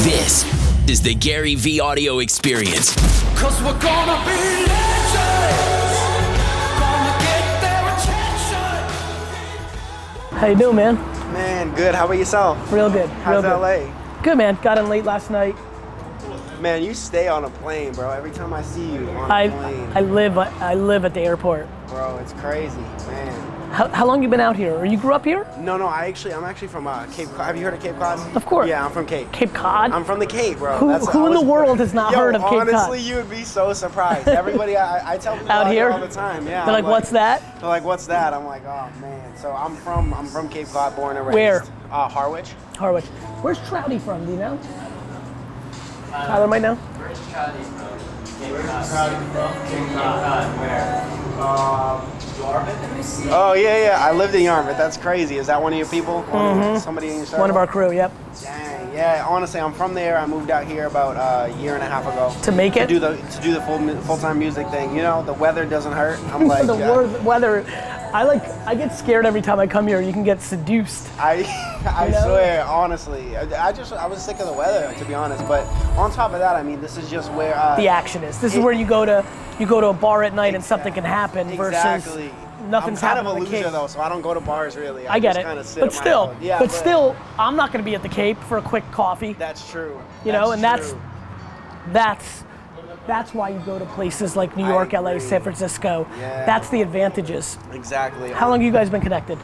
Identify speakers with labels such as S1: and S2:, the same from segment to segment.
S1: This is the Gary V audio experience.
S2: Cause we're gonna be legends. Gonna get their attention.
S3: How you doing, man?
S4: Man, good. How about yourself?
S3: Real good.
S4: How's
S3: real
S4: LA?
S3: good. Good, man. Got in late last night.
S4: Man, you stay on a plane, bro. Every time I see you on a
S3: I
S4: plane,
S3: I live I live at the airport.
S4: bro, it's crazy, man.
S3: How, how long you been out here? Or you grew up here?
S4: No, no, I actually, I'm actually from uh, Cape Cod. Have you heard of Cape Cod?
S3: Of course.
S4: Yeah, I'm from Cape.
S3: Cape Cod.
S4: I'm from the Cape, bro.
S3: Who-
S4: That's-
S3: who
S4: I
S3: in the
S4: was-
S3: world has not
S4: Yo,
S3: heard of Cape Cod?
S4: Honestly, you would be so surprised. Everybody, I, I tell people
S3: Out
S4: out
S3: here?
S4: all the time. Yeah.
S3: They're
S4: I'm
S3: like, what's that?
S4: They're like, what's that? I'm like, oh man. So I'm from, I'm from Cape Cod, born and raised.
S3: Where?
S4: Uh, Harwich.
S3: Harwich. Where's Trouty from? Do you know? Tyler might know.
S4: Oh yeah, yeah. I lived in Yarmouth. That's crazy. Is that one of your people? One of- Somebody in your circle?
S3: Mm-hmm. One of our crew. Yep.
S4: Dang, yeah. Honestly, I'm from there. I moved out here about uh, a year and a half ago
S3: To make
S4: to
S3: it.
S4: do the to do the full full time music thing. You know, the weather doesn't hurt. I'm like,
S3: the
S4: yeah,
S3: wor- weather. I like. I get scared every time I come here. You can get seduced.
S4: I I
S3: You know?
S4: swear, honestly, I, I just I was sick of the weather to be honest. But on top of that, I mean, this is just where uh,
S3: The action is. This is
S4: It-
S3: where you go to. You go to a bar at night and something can happen
S4: exactly.
S3: versus nothing's
S4: I'm
S3: happening.
S4: kind of a
S3: at the
S4: loser
S3: Cape.
S4: though, so I don't go to bars really.
S3: I get
S4: just
S3: it.
S4: kinda sit
S3: But
S4: in my
S3: still,
S4: own. Yeah,
S3: but still, I'm not going to be at the Cape for a quick coffee.
S4: that's true.
S3: You know, and that's-
S4: true.
S3: That's that's why you go to places like New
S4: I
S3: York, LA,
S4: agree.
S3: San Francisco.
S4: Yeah.
S3: That's the advantages.
S4: exactly.
S3: How long you guys been connected?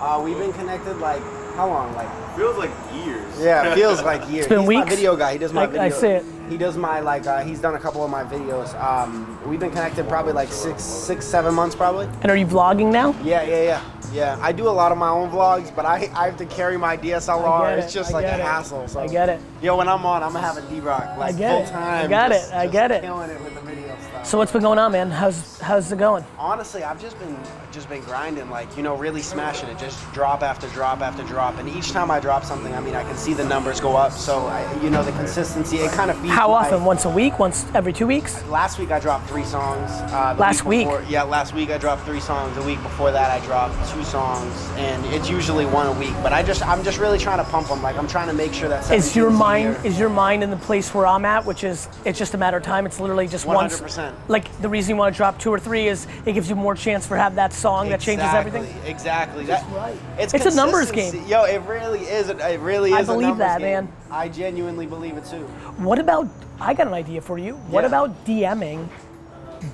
S4: Uh, we've been connected like how long? Like
S5: Feels like years.
S4: Yeah, it feels like years.
S3: been
S4: he's
S3: weeks.
S4: My video guy. He does my
S3: I-
S4: video.
S3: I see it.
S4: He does my like. Uh, he's done a couple of my videos. Um, we've been connected probably like six, six, seven months probably.
S3: And are you vlogging now?
S4: Yeah, yeah, yeah, yeah. I do a lot of my own vlogs, but I, I have to carry my DSLR.
S3: I get
S4: It's
S3: it,
S4: just
S3: I
S4: like a
S3: get it,
S4: hassle. So
S3: I get it.
S4: Yo, when I'm on, I'm gonna have a D-Rock like
S3: get
S4: full
S3: it, I
S4: time.
S3: got
S4: just-
S3: it, I
S4: just
S3: get it.
S4: Killing it with the video stuff.
S3: So what's been going on, man? How's how's it going?
S4: honestly, I've just been just been grinding, like you know, really smashing it, just drop after drop after drop, and each time I drop something, I mean, I can see the numbers go up. So I, you know, the consistency, it kind of feeds.
S3: How
S4: my-
S3: often? Once a week? Once every two weeks?
S4: Last week I dropped three songs. Uh, the
S3: Last week?
S4: Before, yeah, last week I dropped three songs. The week before that I dropped two songs, and it's usually one a week. But I just, I'm just really trying to pump them. Like I'm trying to make sure that.
S3: Is your
S4: 17's a
S3: mind
S4: year.
S3: is your mind in the place where I'm at, which is it's just a matter of time. It's literally just once.
S4: 100%.
S3: Like the reason you want to drop two or three is it gives you more chance for have that song that changes
S4: Exactly,
S3: everything.
S4: Exactly. That's
S3: right.
S4: It's,
S3: It's a numbers
S4: consistency.
S3: game.
S4: Yo, it really is. It really is.
S3: I
S4: a
S3: believe
S4: numbers
S3: that,
S4: game.
S3: man.
S4: I genuinely believe it too.
S3: What about? I got an idea for you. What
S4: Yeah.
S3: about DMing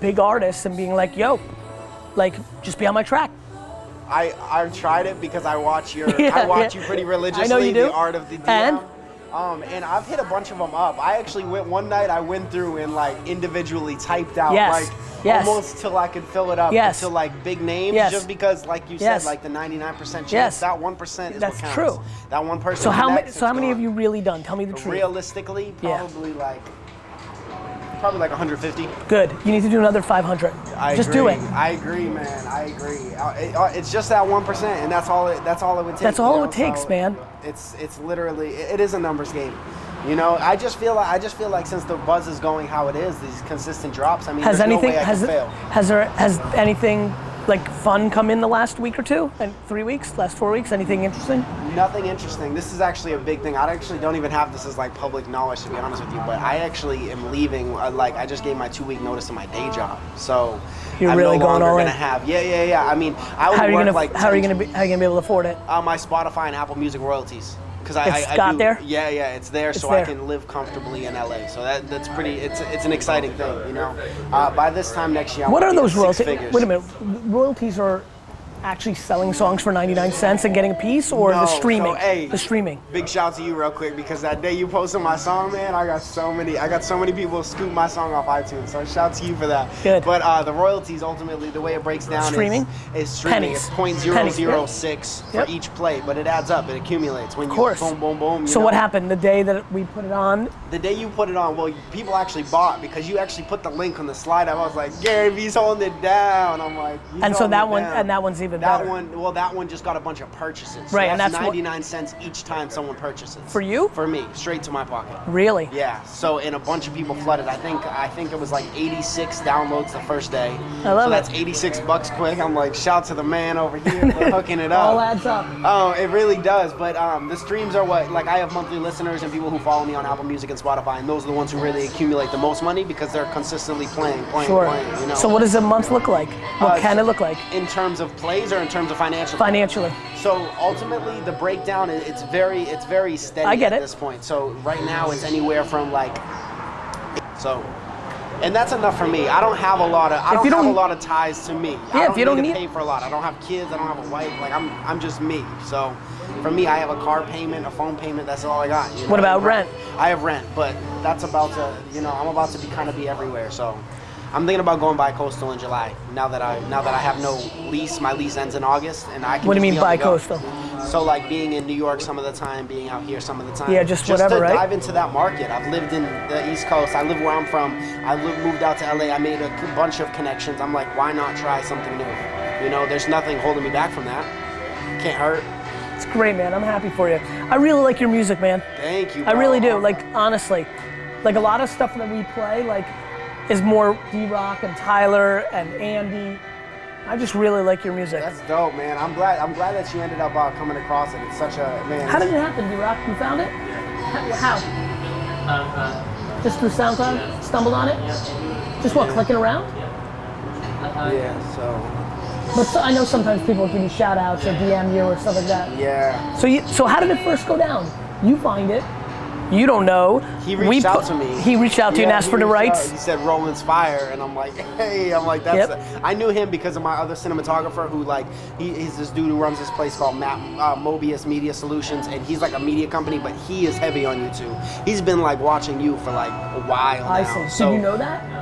S3: big artists and being like, "Yo, like, just be on my track."
S4: I I've tried it because I watch your
S3: Yeah,
S4: I watch
S3: yeah.
S4: you pretty
S3: I know
S4: religiously.
S3: you do.
S4: The art of the DM.
S3: And?
S4: Um, and I've hit a bunch of them up. I actually went one night. I went through and like individually typed out
S3: Yes.
S4: like
S3: Yes.
S4: almost till I could fill it up
S3: Yes.
S4: until like big names.
S3: Yes.
S4: Just because, like you
S3: Yes.
S4: said, like the 99% chance
S3: Yes.
S4: that one percent is
S3: That's
S4: what counts.
S3: true.
S4: That one person.
S3: So how many?
S4: connects,
S3: So how
S4: it's
S3: many have
S4: gone.
S3: you really done? Tell me the truth.
S4: Realistically,
S3: Yeah.
S4: probably like probably like 150.
S3: Good. You need to do another 500.
S4: I
S3: just
S4: agree.
S3: do it.
S4: I agree, man. I agree. Uh, it- uh, It's just that one percent, and that's all. It, that's all it would take.
S3: That's all
S4: you
S3: it takes, man.
S4: It's it's literally it it is a numbers game. You know, I just feel like I just feel like since the buzz is going how it is, these consistent drops. I mean,
S3: Has
S4: there's
S3: anything?
S4: no way I
S3: has
S4: can fail.
S3: has there has anything like fun come in the last week or two and three weeks, last four weeks? Anything interesting?
S4: Nothing interesting. This is actually a big thing. I actually don't even have this as like public knowledge to be honest with you, but I actually am leaving. uh, Like I just gave my two week notice to my day job, so
S3: You're
S4: I'm
S3: really
S4: no
S3: going
S4: longer
S3: all in.
S4: gonna have. Yeah, yeah, yeah. I mean, I would
S3: How are you
S4: work
S3: gonna?
S4: like.
S3: how are you
S4: 10,
S3: gonna be? How are you gonna be able to afford it?
S4: uh, my Spotify and Apple Music royalties. Cause I,
S3: It's
S4: I, I
S3: got
S4: do-
S3: there?
S4: Yeah, yeah, it's there, so
S3: there.
S4: I can live comfortably in LA. So that that's pretty. It's it's an exciting thing, you know. Uh, by this time next year, I
S3: What
S4: wanna
S3: are
S4: be at
S3: those
S4: six
S3: royalties?
S4: figures.
S3: Wait a minute. Royalties are actually selling songs for 99 cents and getting a piece, or
S4: No,
S3: the
S4: so,
S3: streaming?
S4: hey,
S3: the streaming.
S4: Big shout to you real quick because that day you posted my song, man, I got so many I got so many people scoop my song off iTunes. So shout to you for that.
S3: Good.
S4: But uh, the royalties ultimately the way it breaks down
S3: Streaming?
S4: is, is streaming.
S3: Pennies.
S4: It's point zero
S3: Pennies, yeah.
S4: zero six for
S3: Yep.
S4: each play, but it adds up, it accumulates when you
S3: course.
S4: boom boom boom. You
S3: So
S4: know?
S3: what happened the day that we put it on?
S4: The day you put it on, well, people actually bought because you actually put the link on the slide. I was like, Gary V's holding it down. I'm like, he's
S3: and so
S4: holding
S3: that
S4: it
S3: one
S4: down.
S3: and that one's even
S4: that
S3: better.
S4: one, well, that one just got a bunch of purchases. So
S3: Right, and
S4: that's,
S3: that's what-
S4: 99 cents each time someone purchases.
S3: For you?
S4: For me, straight to my pocket.
S3: Really?
S4: Yeah. So and a bunch of people flooded. I think I think it was like 86 downloads the first day.
S3: I love
S4: so That's
S3: it.
S4: 86 bucks quick. I'm like, shout to the man over here for hooking it up.
S3: All adds up.
S4: Oh, it really does. But um, the streams are what like I have monthly listeners and people who follow me on Apple Music and Spotify, and those are the ones who really accumulate the most money because they're consistently playing, playing,
S3: Sure.
S4: playing. You know.
S3: So what does a month look like? What
S4: Uh,
S3: can it look like?
S4: In terms of plays or in terms of financial?
S3: Financially.
S4: So ultimately, the breakdown i- it's very it's very steady
S3: I get
S4: at
S3: it.
S4: this point. So right now, it's anywhere from like so, and that's enough for me. I don't have a lot of I
S3: If
S4: don't,
S3: you
S4: have
S3: don't-
S4: a lot of ties to me.
S3: Yeah,
S4: I
S3: if
S4: don't
S3: you
S4: need
S3: don't
S4: to
S3: need-
S4: pay for a lot. I don't have kids. I don't have a wife. Like I'm I'm just me. So for me, I have a car payment, a phone payment. That's all I got. you
S3: What
S4: know?
S3: about rent?
S4: I have rent, but that's about to you know I'm about to be kind of be everywhere. So. I'm thinking about going bi-coastal in July. Now that I now that I have no lease, my lease ends in August, and I can.
S3: What do you mean
S4: just be on the go.
S3: bi-coastal?
S4: So like being in New York some of the time, being out here some of the time.
S3: Yeah, just
S4: to
S3: whatever, right?
S4: dive into that market. I've lived in the East Coast. I live where I'm from. I lived, moved out to LA. I made a c- bunch of connections. I'm like, why not try something new? You know, there's nothing holding me back from that. Can't hurt.
S3: It's great, man. I'm happy for you. I really like your music, man.
S4: Thank you.
S3: I
S4: bro.
S3: really do. Like honestly, like a lot of stuff that we play, like, is more D Rock and Tyler and Andy. I just really like your music.
S4: That's dope, man. I'm glad. I'm glad that you ended up uh, coming across it. It's such a man.
S3: How did it happen, D Rock? You found it? How? Just through SoundCloud? Stumbled on it? Just what? Clicking around?
S4: Yeah. So.
S3: But so, I know sometimes people give you shout outs or DM you or stuff like that.
S4: Yeah.
S3: So, you, so how did it first go down? You find it. You don't know.
S4: He reached
S3: We
S4: out
S3: put-
S4: to me.
S3: He reached out to you and
S4: Yeah,
S3: asked
S4: he
S3: for the
S4: reached
S3: rights.
S4: out. He said Roland's fire, and I'm like, hey, I'm like, that's.
S3: Yep.
S4: a- I knew him because of my other cinematographer, who like, he, he's this dude who runs this place called Map, uh, Mobius Media Solutions, and he's like a media company, but he is heavy on YouTube. He's been like watching you for like a while
S3: I see.
S4: now. So
S3: Did you know that?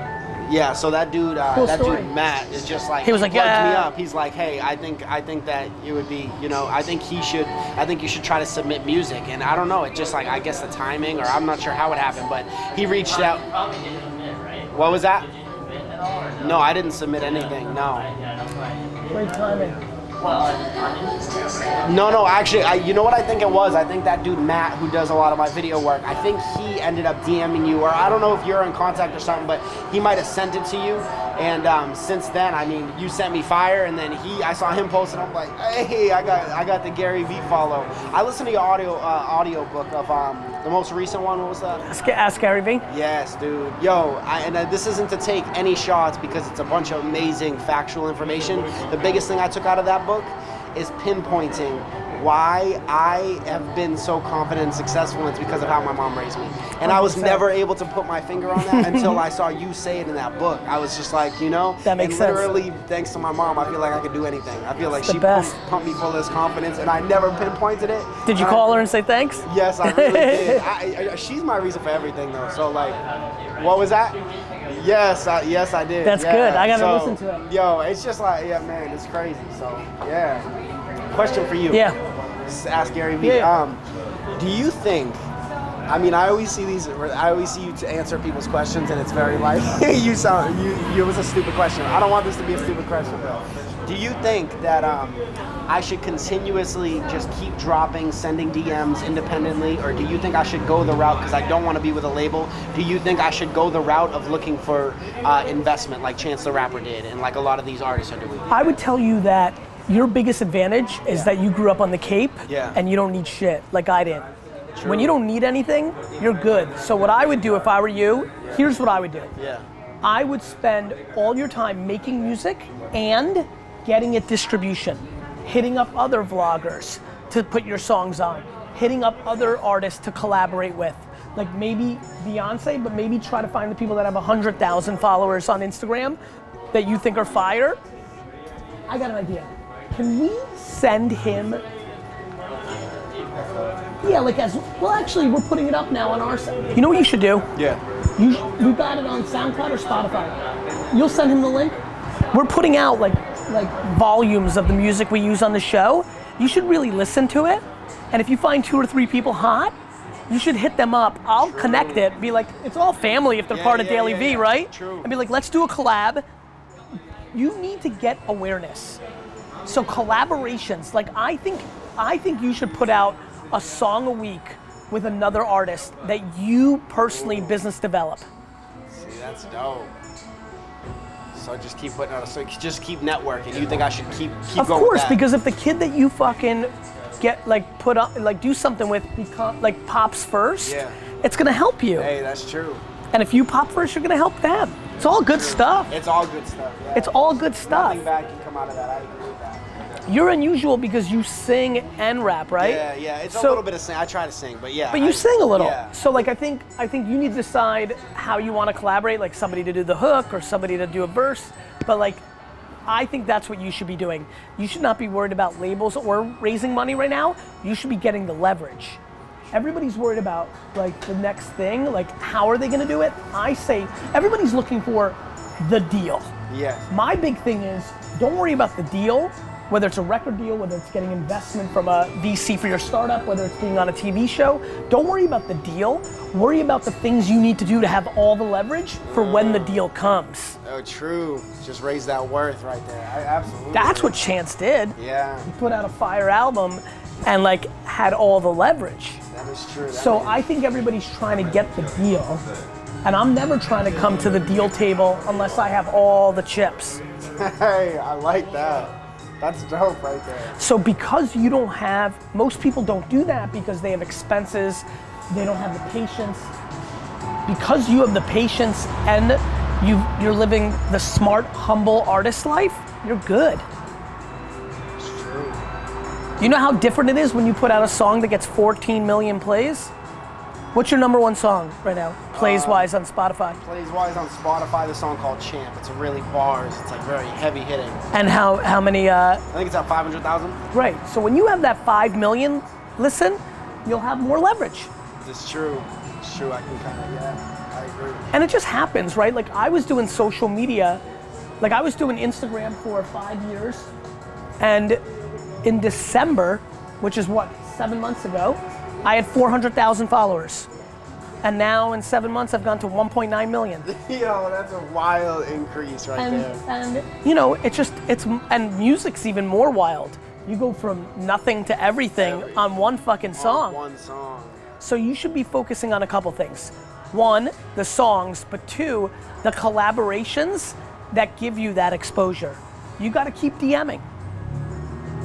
S4: yeah, so that dude, uh,
S3: Cool
S4: that
S3: story.
S4: dude Matt is just like
S3: He was like,
S4: plugged me
S3: "Yeah."
S4: up. He's like, hey, I think I think that it would be, you know, I think he should, I think you should try to submit music. And I don't know, it just like I guess the timing, or I'm not sure how it happened, but he reached out.
S5: Probably didn't admit, right?
S4: What was that?
S5: Did you admit at all or no?
S4: No, I didn't submit anything. No,
S5: Yeah, that's why I didn't.
S3: Great timing.
S5: Well, on Instagram, right?
S4: no, no. Actually, I, you know what I think it was. I think that dude Matt, who does a lot of my video work, I think he ended up DMing you, or I don't know if you're in contact or something, but he might have sent it to you. And um, since then, I mean, you sent me fire, and then he, I saw him post, and I'm like, hey, I got, I got the Gary V follow. I listened to your audio, uh, audio book of um, the most recent one. What was that?
S3: Ask, ask Gary Vee.
S4: Yes, dude. Yo, I, and uh, this isn't to take any shots because it's a bunch of amazing factual information. The biggest thing I took out of that book is pinpointing why I have been so confident and successful. It's because of how my mom raised me. And I was
S3: 100%.
S4: never able to put my finger on that until I saw you say it in that book. I was just like, you know,
S3: That makes
S4: and
S3: sense.
S4: literally, thanks to my mom, I feel like I could do anything. I feel like
S3: the
S4: she
S3: best.
S4: pumped, pumped me full of this confidence, and I never pinpointed it.
S3: Did you
S4: And I-
S3: call her and say thanks?
S4: Yes, I really did. I, I, she's my reason for everything, though. So, like, what was that? Yes, I, yes, I did.
S3: That's
S4: yeah.
S3: good. I gotta
S4: So,
S3: listen to it.
S4: Yo, it's just like, yeah, man, it's crazy. So, yeah. Question for you.
S3: Yeah.
S4: S- Ask Gary Vee.
S3: Yeah, yeah.
S4: Um, do you think? I mean, I always see these. I always see you to answer people's questions, and it's very like you sound. You, you it was a stupid question. I don't want this to be a stupid question, though. Do you think that um, I should continuously just keep dropping, sending DMs independently, or do you think I should go the route because I don't want to be with a label? Do you think I should go the route of looking for uh, investment, like Chance the Rapper did, and like a lot of these artists are doing?
S3: I would tell you that your biggest advantage is that you grew up on the Cape
S4: Yeah.
S3: and you don't need shit like I did. When you don't need anything, you're good. So what I would do if I were you, here's what I would do.
S4: Yeah.
S3: I would spend all your time making music and getting it distribution, hitting up other vloggers to put your songs on, hitting up other artists to collaborate with. Like maybe Beyonce, but maybe try to find the people that have 100,000 followers on Instagram that you think are fire. I got an idea. Can we send him? Yeah, like as well. Actually, we're putting it up now on our site. You know what you should do?
S4: Yeah.
S3: You, you got it on SoundCloud or Spotify. You'll send him the link. We're putting out like like volumes of the music we use on the show. You should really listen to it. And if you find two or three people hot, you should hit them up. I'll connect it. Be like, it's all family if they're
S4: Yeah,
S3: part of
S4: yeah,
S3: Daily
S4: yeah,
S3: V,
S4: yeah.
S3: right?
S4: True.
S3: And be like, let's do a collab. You need to get awareness. So collaborations, like I think, I think you should put out a song a week with another artist that you personally business develop.
S4: See, that's dope. So I just keep putting out. So just keep networking. You think I should keep keep
S3: Of
S4: going? with
S3: course,
S4: that?
S3: because if the kid that you fucking get like put up, like do something with, become like pops first,
S4: Yeah.
S3: it's gonna help you.
S4: hey, that's true.
S3: And if you pop first, you're gonna help them. It's all good stuff.
S4: It's all good stuff. Yeah.
S3: It's all good stuff.
S4: Nothing bad can come out of that. I agree with that.
S3: You're unusual because you sing and rap, right?
S4: Yeah, yeah. It's
S3: So-
S4: a little bit of sing. I try to sing, but yeah.
S3: But you
S4: I-
S3: sing a little.
S4: Yeah.
S3: So like I think I think you need to decide how you want to collaborate, like somebody to do the hook or somebody to do a verse. But like I think that's what you should be doing. You should not be worried about labels or raising money right now. You should be getting the leverage. Everybody's worried about like the next thing, like how are they gonna do it? I say everybody's looking for the deal.
S4: Yes.
S3: My big thing is don't worry about the deal, whether it's a record deal, whether it's getting investment from a VC for your startup, whether it's being on a TV show. Don't worry about the deal. Worry about the things you need to do to have all the leverage for when the deal comes.
S4: Oh, true. Just raise that worth right there. I, absolutely.
S3: That's what Chance did.
S4: Yeah,
S3: Put out a fire album and like had all the leverage.
S4: that is true. That
S3: So
S4: is-
S3: I think everybody's trying to get the deal. And I'm never trying to come to the deal table unless I have all the chips.
S4: Hey, I like that. That's dope right there.
S3: So because you don't have, most people don't do that because they have expenses, they don't have the patience. Because you have the patience and you you're living the smart, humble artist life, you're good.
S4: It's true.
S3: You know how different it is when you put out a song that gets 14 million plays? What's your number one song right now, plays wise on Spotify?
S4: Plays wise on Spotify. The song called Champ. It's really bars. It's like very heavy hitting.
S3: And how how many uh,
S4: I think it's at 500,000.
S3: right. So when you have that 5 million listen, you'll have more leverage.
S4: It's true. It's true. I can kind of yeah. I agree.
S3: And it just happens, right? Like I was doing social media, like I was doing Instagram for five years, and in December, which is what seven months ago, I had 400,000 followers, and now in seven months I've gone to 1.9 million.
S4: Yo, that's a wild increase right
S3: And,
S4: there.
S3: and you know, it's just it's and music's even more wild. You go from nothing to everything on one fucking
S4: On
S3: song.
S4: One song.
S3: So you should be focusing on a couple things. One, the songs, but two, the collaborations that give you that exposure. You gotta keep DMing.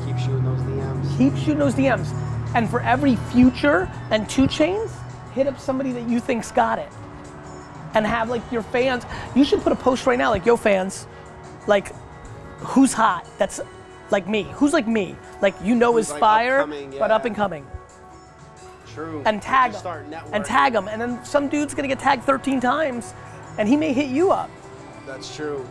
S4: Keep shooting those DMs.
S3: Keep shooting those DMs. And for every future and two chains, hit up somebody that you think's got it. And have like your fans, you should put a post right now, like, yo fans, like who's hot? That's like me. Who's like me? Like you know
S4: Who's,
S3: is
S4: like,
S3: fire,
S4: upcoming,
S3: but
S4: yeah.
S3: up and coming.
S4: True.
S3: and tag
S4: Just Start
S3: him
S4: networking.
S3: and tag him and then some dude's gonna get tagged 13 times and he may hit you up
S4: That's true.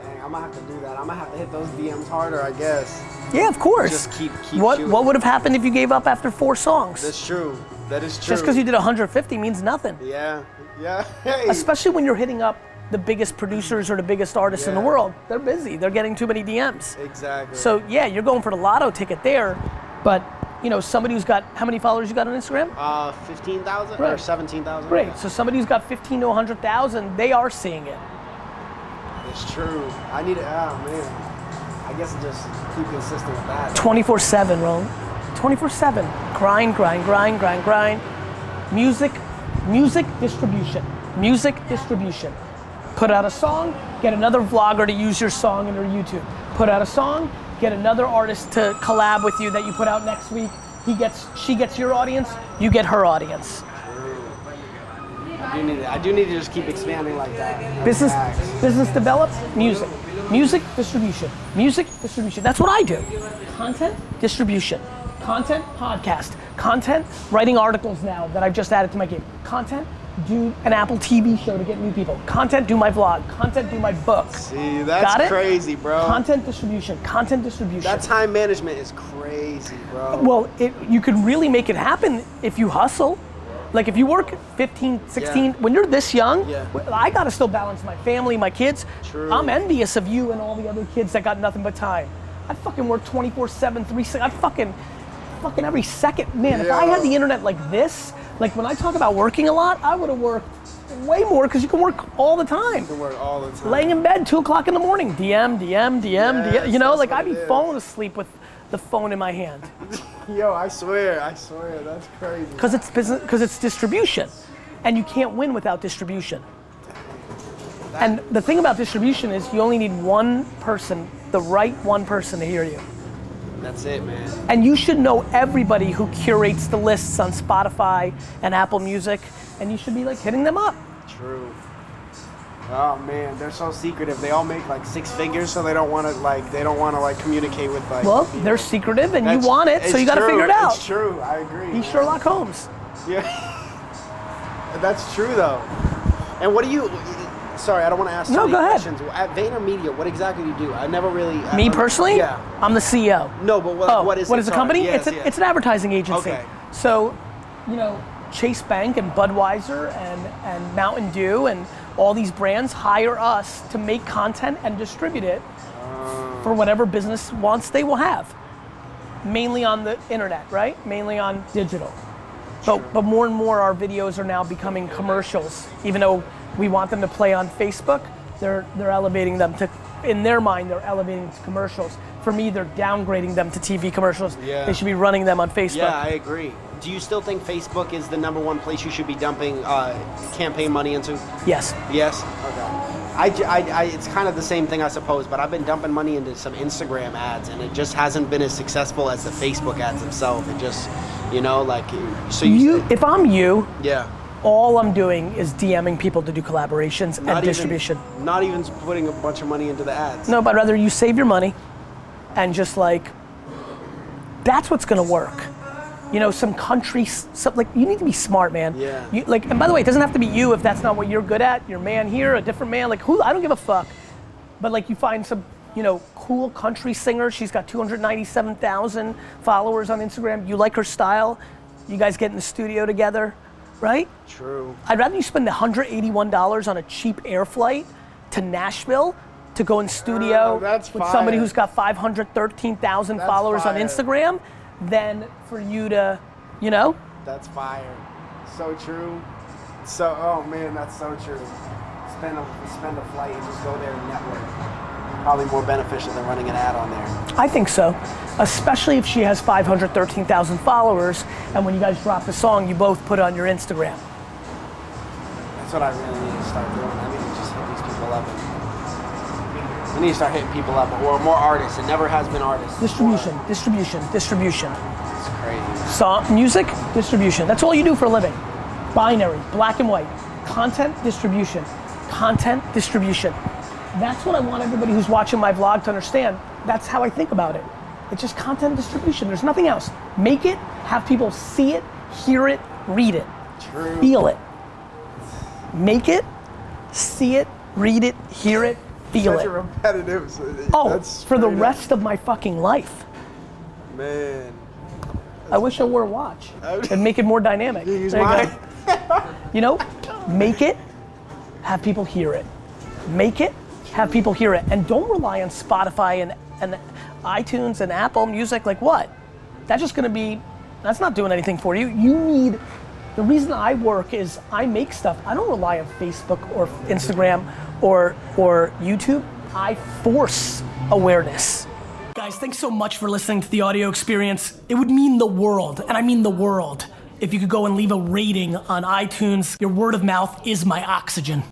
S4: Dang, I'm gonna have to do that. I'm gonna have to hit those DMs harder, I guess.
S3: yeah of course
S4: Just keep- keep
S3: what
S4: shooting.
S3: what would have happened if you gave up after four songs
S4: That's true. That is true.
S3: just because you did 150 means nothing
S4: Yeah. Yeah. Hey.
S3: especially when you're hitting up the biggest producers or the biggest artists in the
S4: Yeah.
S3: world they're busy they're getting too many dms
S4: Exactly.
S3: so yeah you're going for the lotto ticket there but you know somebody who's got how many followers you got on instagram
S4: uh, fifteen thousand or
S3: Right.
S4: seventeen thousand.
S3: great so somebody who's got 15 to 100000 they are seeing it
S4: It's true. I need to. Ah, man. I guess just keep consistent with that.
S3: 24 7, Rome. 24 7. Grind, grind, grind, grind, grind. Music, music distribution. Music distribution. Put out a song, get another vlogger to use your song in their YouTube. Put out a song, get another artist to collab with you that you put out next week. He gets, she gets your audience, you get her audience.
S4: I do need. To, I do need to just keep expanding like that. That's
S3: Business,
S4: facts.
S3: business develop, music, music distribution, music distribution. That's what I do. Content distribution, content podcast, content writing articles now that I've just added to my game. Content do an Apple TV show to get new people. Content do my vlog. Content do my book.
S4: See,
S3: Got it?
S4: that's crazy, bro.
S3: Content distribution, content distribution.
S4: That time management is crazy, bro.
S3: well, it, you could really make it happen if you hustle. Like if you work 15, 16,
S4: Yeah.
S3: when you're this young,
S4: Yeah.
S3: well, I gotta still balance my family, my kids.
S4: True.
S3: I'm envious of you and all the other kids that got nothing but time. I fucking work 24 7, 3 6. I fucking, fucking every second. Man, if I had
S4: Yeah.
S3: the internet like this, like when I talk about working a lot, I would have worked way more because you can work all the time.
S4: The word all the time.
S3: Laying in bed, two o'clock in the morning, DM, DM, DM, DM. You
S4: Yes,
S3: know,
S4: that's
S3: like
S4: what
S3: I'd be
S4: it is.
S3: falling asleep with the phone in my hand
S4: Yo, I swear, I swear, that's crazy.
S3: because it's business, because it's distribution, and you can't win without distribution. And the thing about distribution is you only need one person, the right one person to hear you.
S4: That's it, man.
S3: And you should know everybody who curates the lists on Spotify and Apple Music, and you should be like hitting them up.
S4: True. Oh man, they're so secretive. They all make like six figures, so they don't want to like they don't want to like communicate with like.
S3: Well,
S4: people.
S3: they're secretive and you
S4: That's-
S3: want it, so
S4: it's
S3: you gotta
S4: true,
S3: figure it
S4: It's
S3: out.
S4: true. I agree.
S3: Be Sherlock Holmes.
S4: Yeah. That's true though. And what do you? Sorry, I don't want to ask. so
S3: No,
S4: many
S3: go ahead.
S4: Questions. At VaynerMedia, what exactly do you do? I never really. I
S3: Me
S4: don't-
S3: personally?
S4: Yeah.
S3: I'm the CEO.
S4: No, but what,
S3: oh,
S4: what is
S3: what
S4: it?
S3: is the
S4: Sorry.
S3: company?
S4: Yes,
S3: it's, an,
S4: yes.
S3: it's an advertising agency.
S4: Okay.
S3: So, you know, Chase Bank and Budweiser and, and Mountain Dew and all these brands hire us to make content and distribute it
S4: Ah.
S3: for whatever business wants they will have. Mainly on the internet, right? Mainly on digital. But, but more and more our videos are now becoming commercials. Even though we want them to play on Facebook, they're, they're elevating them to, in their mind, they're elevating to commercials. For me, they're downgrading them to TV commercials.
S4: Yeah.
S3: They should be running them on Facebook.
S4: Yeah, I agree. Do you still think Facebook is the number one place you should be dumping uh, campaign money into?
S3: yes.
S4: Yes. Okay. I, j- I- I- it's kind of the same thing, I suppose, but I've been dumping money into some Instagram ads, and it just hasn't been as successful as the Facebook ads themselves. It just, you know, like so you.
S3: You, if I'm you,
S4: yeah.
S3: all I'm doing is DMing people to do collaborations and
S4: even-
S3: distribution.
S4: not even putting a bunch of money into the ads.
S3: No, but rather you save your money and just like, that's what's gonna work. You know, some country, s- some, like, you need to be smart, man.
S4: Yeah.
S3: You, like, and by the way, it doesn't have to be you if that's not what you're good at. Your man here, a different man, like, who, I don't give a fuck. But like, you find some, you know, cool country singer. She's got 297,000 followers on Instagram. You like her style. You guys get in the studio together, right?
S4: True.
S3: I'd rather you spend $181 on a cheap air flight to Nashville to go in studio
S4: Oh, that's
S3: with somebody
S4: fire.
S3: who's got 513,000
S4: That's
S3: followers on
S4: fire.
S3: Instagram than for you to, you know?
S4: That's fire. So true. So oh man, that's so true. Spend a spend a flight and just go there and network. Probably more beneficial than running an ad on there.
S3: I think so. Especially if she has 513,000 followers and when you guys drop the song, you both put it on your Instagram.
S4: That's what I really need to start doing. I need to just hit these people up. And, I need to start hitting people up, or more artists. It never has been artists.
S3: Distribution,
S4: More.
S3: distribution, distribution.
S4: It's crazy.
S3: Song, music, distribution. That's all you do for a living. Binary, black and white. Content, distribution. Content, distribution. That's what I want everybody who's watching my vlog to understand. That's how I think about it. It's just content distribution. There's nothing else. Make it, have people see it, hear it, read it,
S4: True.
S3: feel it. Make it, see it, read it, hear it, feel
S4: Such a
S3: it.
S4: repetitive. so-
S3: Oh,
S4: that's
S3: for the
S4: straight up-
S3: rest of my fucking life.
S4: Man.
S3: I wish I wore a watch.
S4: Oh.
S3: It'd make it more dynamic.
S4: You use
S3: There you go.
S4: mine.
S3: You know, make it, have people hear it. Make it, have people hear it. And don't rely on Spotify and, and iTunes and Apple Music. Like what? That's just gonna be, that's not doing anything for you. You need, the reason I work is I make stuff. I don't rely on Facebook or Instagram or, or YouTube. I force awareness. Guys, thanks so much for listening to the audio experience. It would mean the world, and I mean the world, if you could go and leave a rating on iTunes. Your word of mouth is my oxygen.